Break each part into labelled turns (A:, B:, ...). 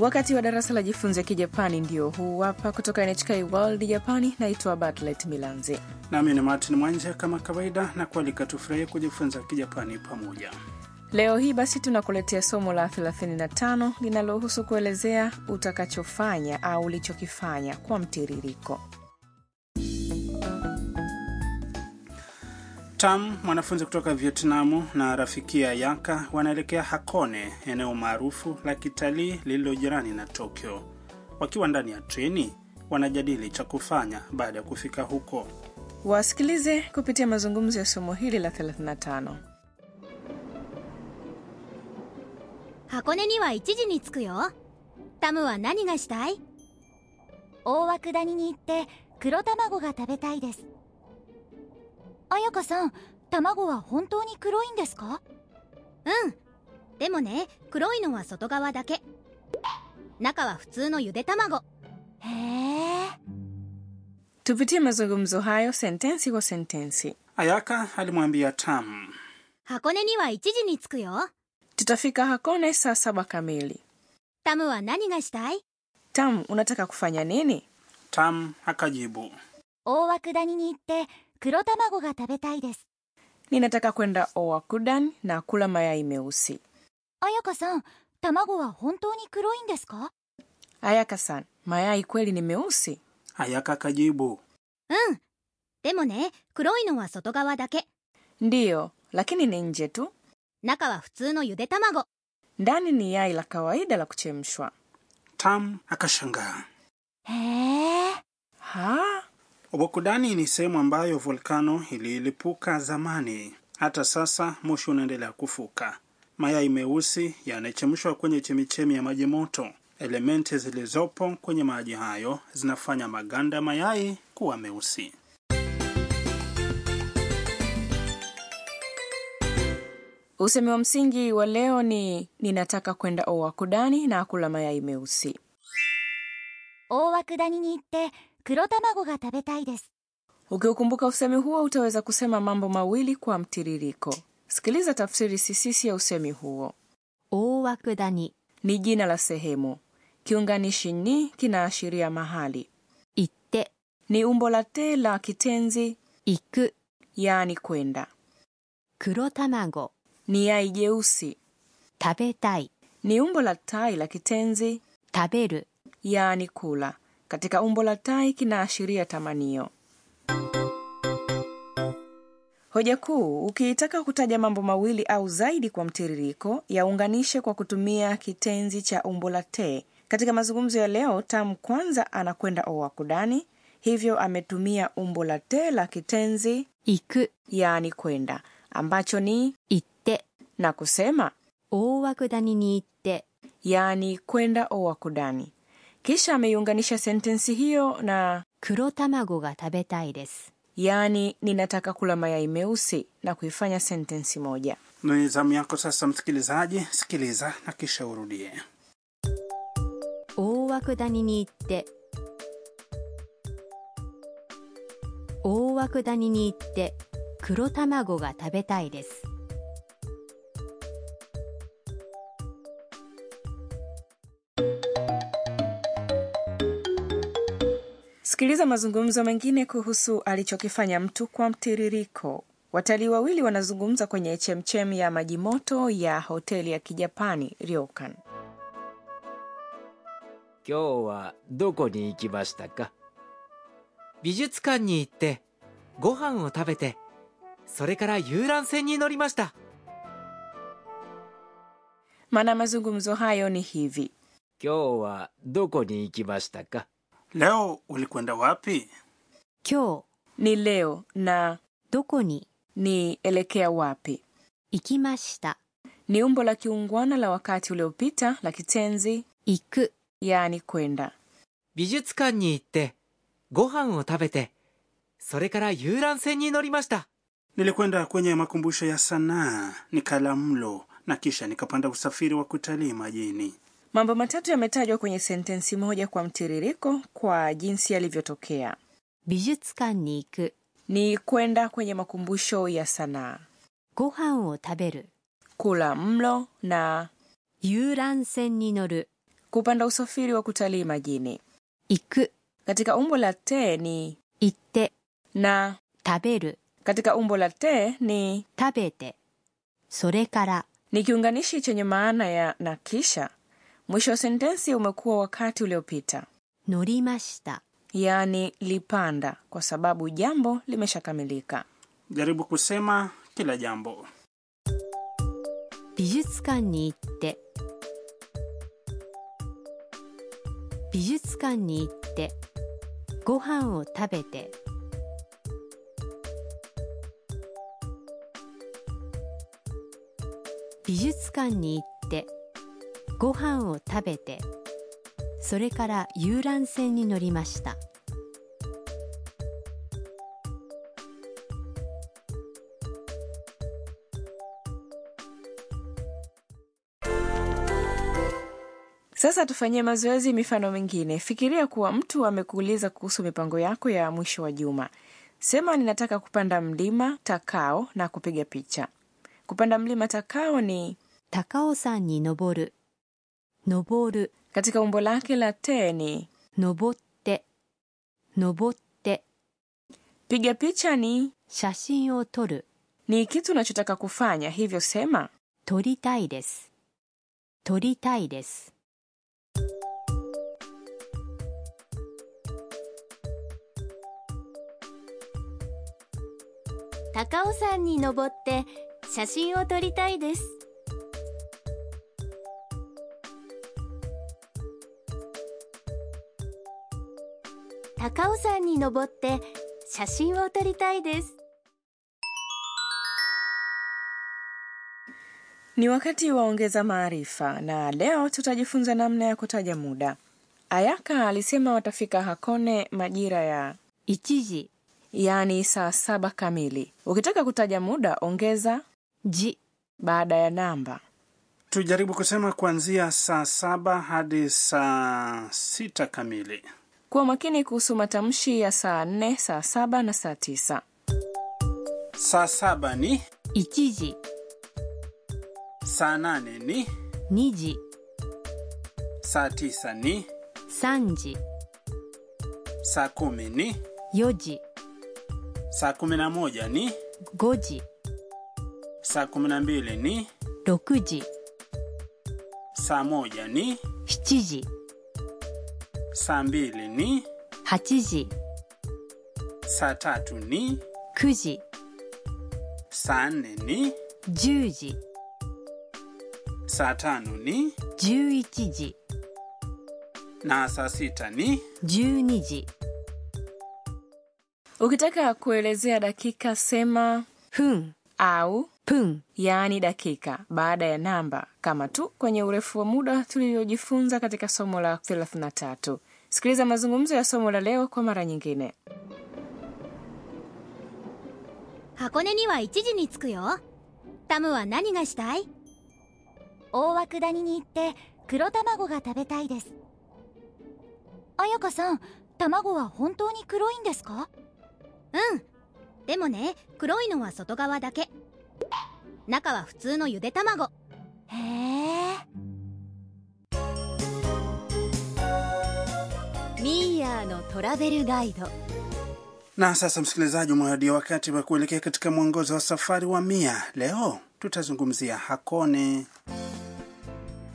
A: Wakati wa darasa la jifunze kijapani ndio huu hapa. Kutoka NHK World Japani, naitwa Bartlet Milanze.
B: Nami ni Martin Mwanje, kama kawaida na kualika tufurahie kujifunza kijapani pamoja.
A: Leo hii basi tunakuletea somo la 35 linalohusu kuelezea utakachofanya au ulichokifanya kwa mtiririko.
B: Tam, mwanafunzi kutoka Vietnamu, na rafiki ya Yaka wanaelekea Hakone, eneo maarufu la kitalii lililo jirani na Tokyo. Wakiwa ndani ya treni, wanajadili cha kufanya baada ya kufika huko.
A: Wasikilize kupitia mazungumzo ya somo hili la 35.
C: 箱根には1時に着くよタムは何がしたい大涌谷に行って黒卵が食べたいです彩香さん卵は本当に黒いんですかうんでもね黒いのは外側だけ中は普通のゆで卵へえ
A: Tupitie mazungumzo hayo sentensi kwa sentensi.
B: Ayaka alimwambia Tam,
C: 箱根には1時に着くよ
A: Tutafika Hakone saa saba kamili.
C: タムは何がしたい
A: Tam, unataka kufanya nini?
B: Tam akajibu
C: 大涌谷に行って黒卵が食べたいです
A: Ninataka kwenda Owakudan na kula mayai meusi.
C: 彩香さん卵は本当に黒いんですか
A: Ayaka-san, mayai kweli ni meusi?
B: Ayaka akajibu
C: うんでもね黒いのは外側だけ
A: Ndiyo, lakini ni nje tu.
C: 中は普通のゆで卵
A: Ndani ni yai la kawaida la kuchemshwa.
B: Tam akashangaa.
C: へえ
A: Ha?
B: Obokudani ni sehemu ambayo volkano ililipuka zamani. Hata sasa moshi unaendelea kufuka. Mayai meusi yanachemshwa kwenye chemichemi ya maji moto. Elementi zilizopo kwenye maji hayo zinafanya maganda ya mayai kuwa meusi.
A: Usemi wa msingi wa leo ni ninataka kwenda Owakudani na kula mayai meusi.
C: 大涌谷に行って黒卵が食べたいです
A: Ukiukumbuka usemi huo utaweza kusema mambo mawili kwa mtiririko. Sikiliza tafsiri sisisi ya usemi huo.
C: 大涌谷
A: Ni jina la sehemu. Kiunganishi ni kinaashiria mahali.
C: 行って
A: Ni umbo la te la kitenzi
C: 行く
A: yaani kwenda.
C: 黒卵
A: Ni yai jeusi.
C: 食べたい
A: Ni umbo la tai la kitenzi
C: 食べる
A: yaani kula. Katika umbo la tai kinaashiria tamanio. Hoja kuu, ukiitaka kutaja mambo mawili au zaidi kwa mtiririko, yaunganishe kwa kutumia kitenzi cha umbo la te. Katika mazungumzo ya leo, Tam kwanza anakwenda Owakudani, hivyo ametumia umbo la te la kitenzi
C: 行く
A: yaani kwenda, ambacho ni
C: 行って
A: na kusema
C: 大涌谷に行って
A: yaani kwenda Owakudani. Kisha ameiunganisha sentensi hiyo na
C: 黒卵が食べたいです
A: yaani ninataka kula mayai meusi na kuifanya sentensi moja.
B: Ni zamu yako sasa, msikilizaji. Sikiliza na kisha urudie.
C: 大涌谷に行って大涌谷に行って黒卵が食べたいです
A: Sikiliza mazungumzo mengine kuhusu alichokifanya mtu kwa mtiririko. Watalii wawili wanazungumza kwenye chemchem ya maji moto ya hoteli ya Kijapani Ryokan.
D: 今日はどこに行きましたか
E: 美術館に行ってご飯を食べてそれから遊覧船に乗りました
A: Maana ya mazungumzo hayo ni hivi:
D: 今日はどこに行きましたか
B: Leo ulikwenda wapi?
C: 今日
A: ni leo na
C: どこに
A: ni elekea wapi.
C: 行きました
A: Ni umbo la kiungwana la wakati uliopita la kitenzi
C: 行く
A: yaani kwenda.
E: 美術館に行ってご飯を食べてそれから遊覧船に乗りました
B: Nilikwenda kwenye makumbusho ya sanaa, nikala mlo na kisha nikapanda usafiri wa kutalii majini.
A: Mambo matatu yametajwa kwenye sentensi moja kwa mtiririko kwa jinsi yalivyotokea:
C: 美術館に行く
A: ni kwenda kwenye makumbusho ya sanaa,
C: ご飯を食べる
A: kula mlo na
C: 遊覧船に乗る
A: kupanda usafiri wa kutalii majini.
C: 行く
A: Katika umbo la te ni
C: 行って
A: na,
C: 食べる
A: katika umbo la te ni
C: 食べてそれから
A: ni kiunganishi chenye maana ya na kisha. Mwisho wa sentensi umekuwa wakati uliopita,
C: 乗りました。
A: yaani lipanda, kwa sababu jambo limeshakamilika.
B: Jaribu kusema kila jambo.
C: 美術館に行って美術館に行ってご飯を食べて美術館に行ってご飯を食べてそれから遊覧船に乗りました
A: Sasa tufanyie mazoezi mifano mingine. Fikiria kuwa mtu amekuuliza kuhusu mipango yako ya mwisho wa juma. Sema ninataka kupanda mlima Takao na kupiga picha. Kupanda mlima Takao ni
C: 高尾山に登る登る
A: katika umbo lake la te ni
C: 登って登って。
A: piga picha ni
C: 写真を撮る
A: ni kitu unachotaka kufanya, hivyo sema
C: 撮りたいです撮りたいです
F: 高尾山に登って写真を撮りたいです高尾山に登って写真を撮りたいです
A: Ni wakati wa ongeza maarifa, na leo tutajifunza namna ya kutaja muda. Ayaka alisema watafika Hakone majira ya
C: 1時
A: yaani saa saba kamili. Ukitaka kutaja muda, ongeza
C: 時
A: baada ya namba.
B: Tujaribu kusema kuanzia saa saba hadi saa sita kamili.
A: Kuwa makini kuhusu matamshi ya saa nne, saa saba na saa tisa.
B: Saa saba ni
C: 1時
B: saa nane ni
C: 2時
B: saa tisa ni
C: 3時
B: saa kumi ni
C: 4時
B: saa kumi na moja ni
C: 5時
B: saa kumi na mbili ni
C: 6時
B: saa moja ni
C: 7時
B: saa mbili ni
C: 8時
B: saa tatu ni
C: 9時
B: saa nne ni
C: 10時
B: saa tano ni
C: 11時
B: na saa sita ni
C: 12時
A: Ukitaka kuelezea dakika, sema
C: 分
A: au,
C: 分
A: yaani dakika baada ya namba, kama tu kwenye urefu wa muda tulivyojifunza katika somo la 33. Sikiliza mazungumzo ya somo la leo kwa mara nyingine.
F: 箱根には1時に着くよタムは何がしたい大涌谷に行って黒卵が食べたいです彩香さん卵は本当に黒いんですかうんでもね黒いのは外側だけ中は普通のゆで卵へえミーヤーのトラベルガイド
B: Na sasa msikilizaji, umewadia wakati wa kuelekea katika mwongozo wa safari wa mia. Leo tutazungumzia Hakone.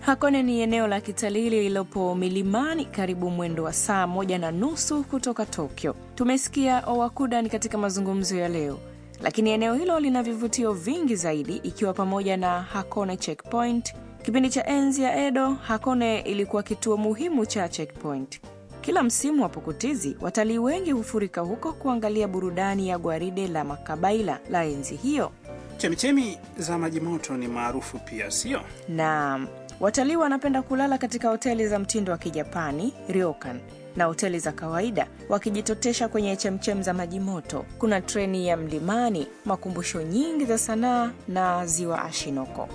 A: Hakone ni eneo la kitalii lililopo milimani karibu mwendo wa saa moja na nusu kutoka Tokyo. Tumesikia Owakudan katika mazungumzo ya leo, lakini eneo hilo lina vivutio vingi zaidi, ikiwa pamoja na Hakone Checkpoint. Kipindi cha enzi ya Edo, Hakone ilikuwa kituo muhimu cha checkpoint. Kila msimu wa pukutizi, watalii wengi hufurika huko kuangalia burudani ya gwaride la makabaila la enzi hiyo.
B: Chemichemi za maji moto ni maarufu pia, sio?
A: na watalii wanapenda kulala katika hoteli za mtindo wa kijapani ryokan na hoteli za kawaida wakijitotesha kwenye chemchem za maji moto kuna treni ya mlimani makumbusho nyingi za sanaa na ziwa ashinoko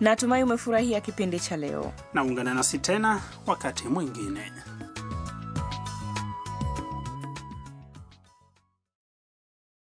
A: natumai umefurahia kipindi cha leo
B: Na ungana nasi tena wakati mwingine.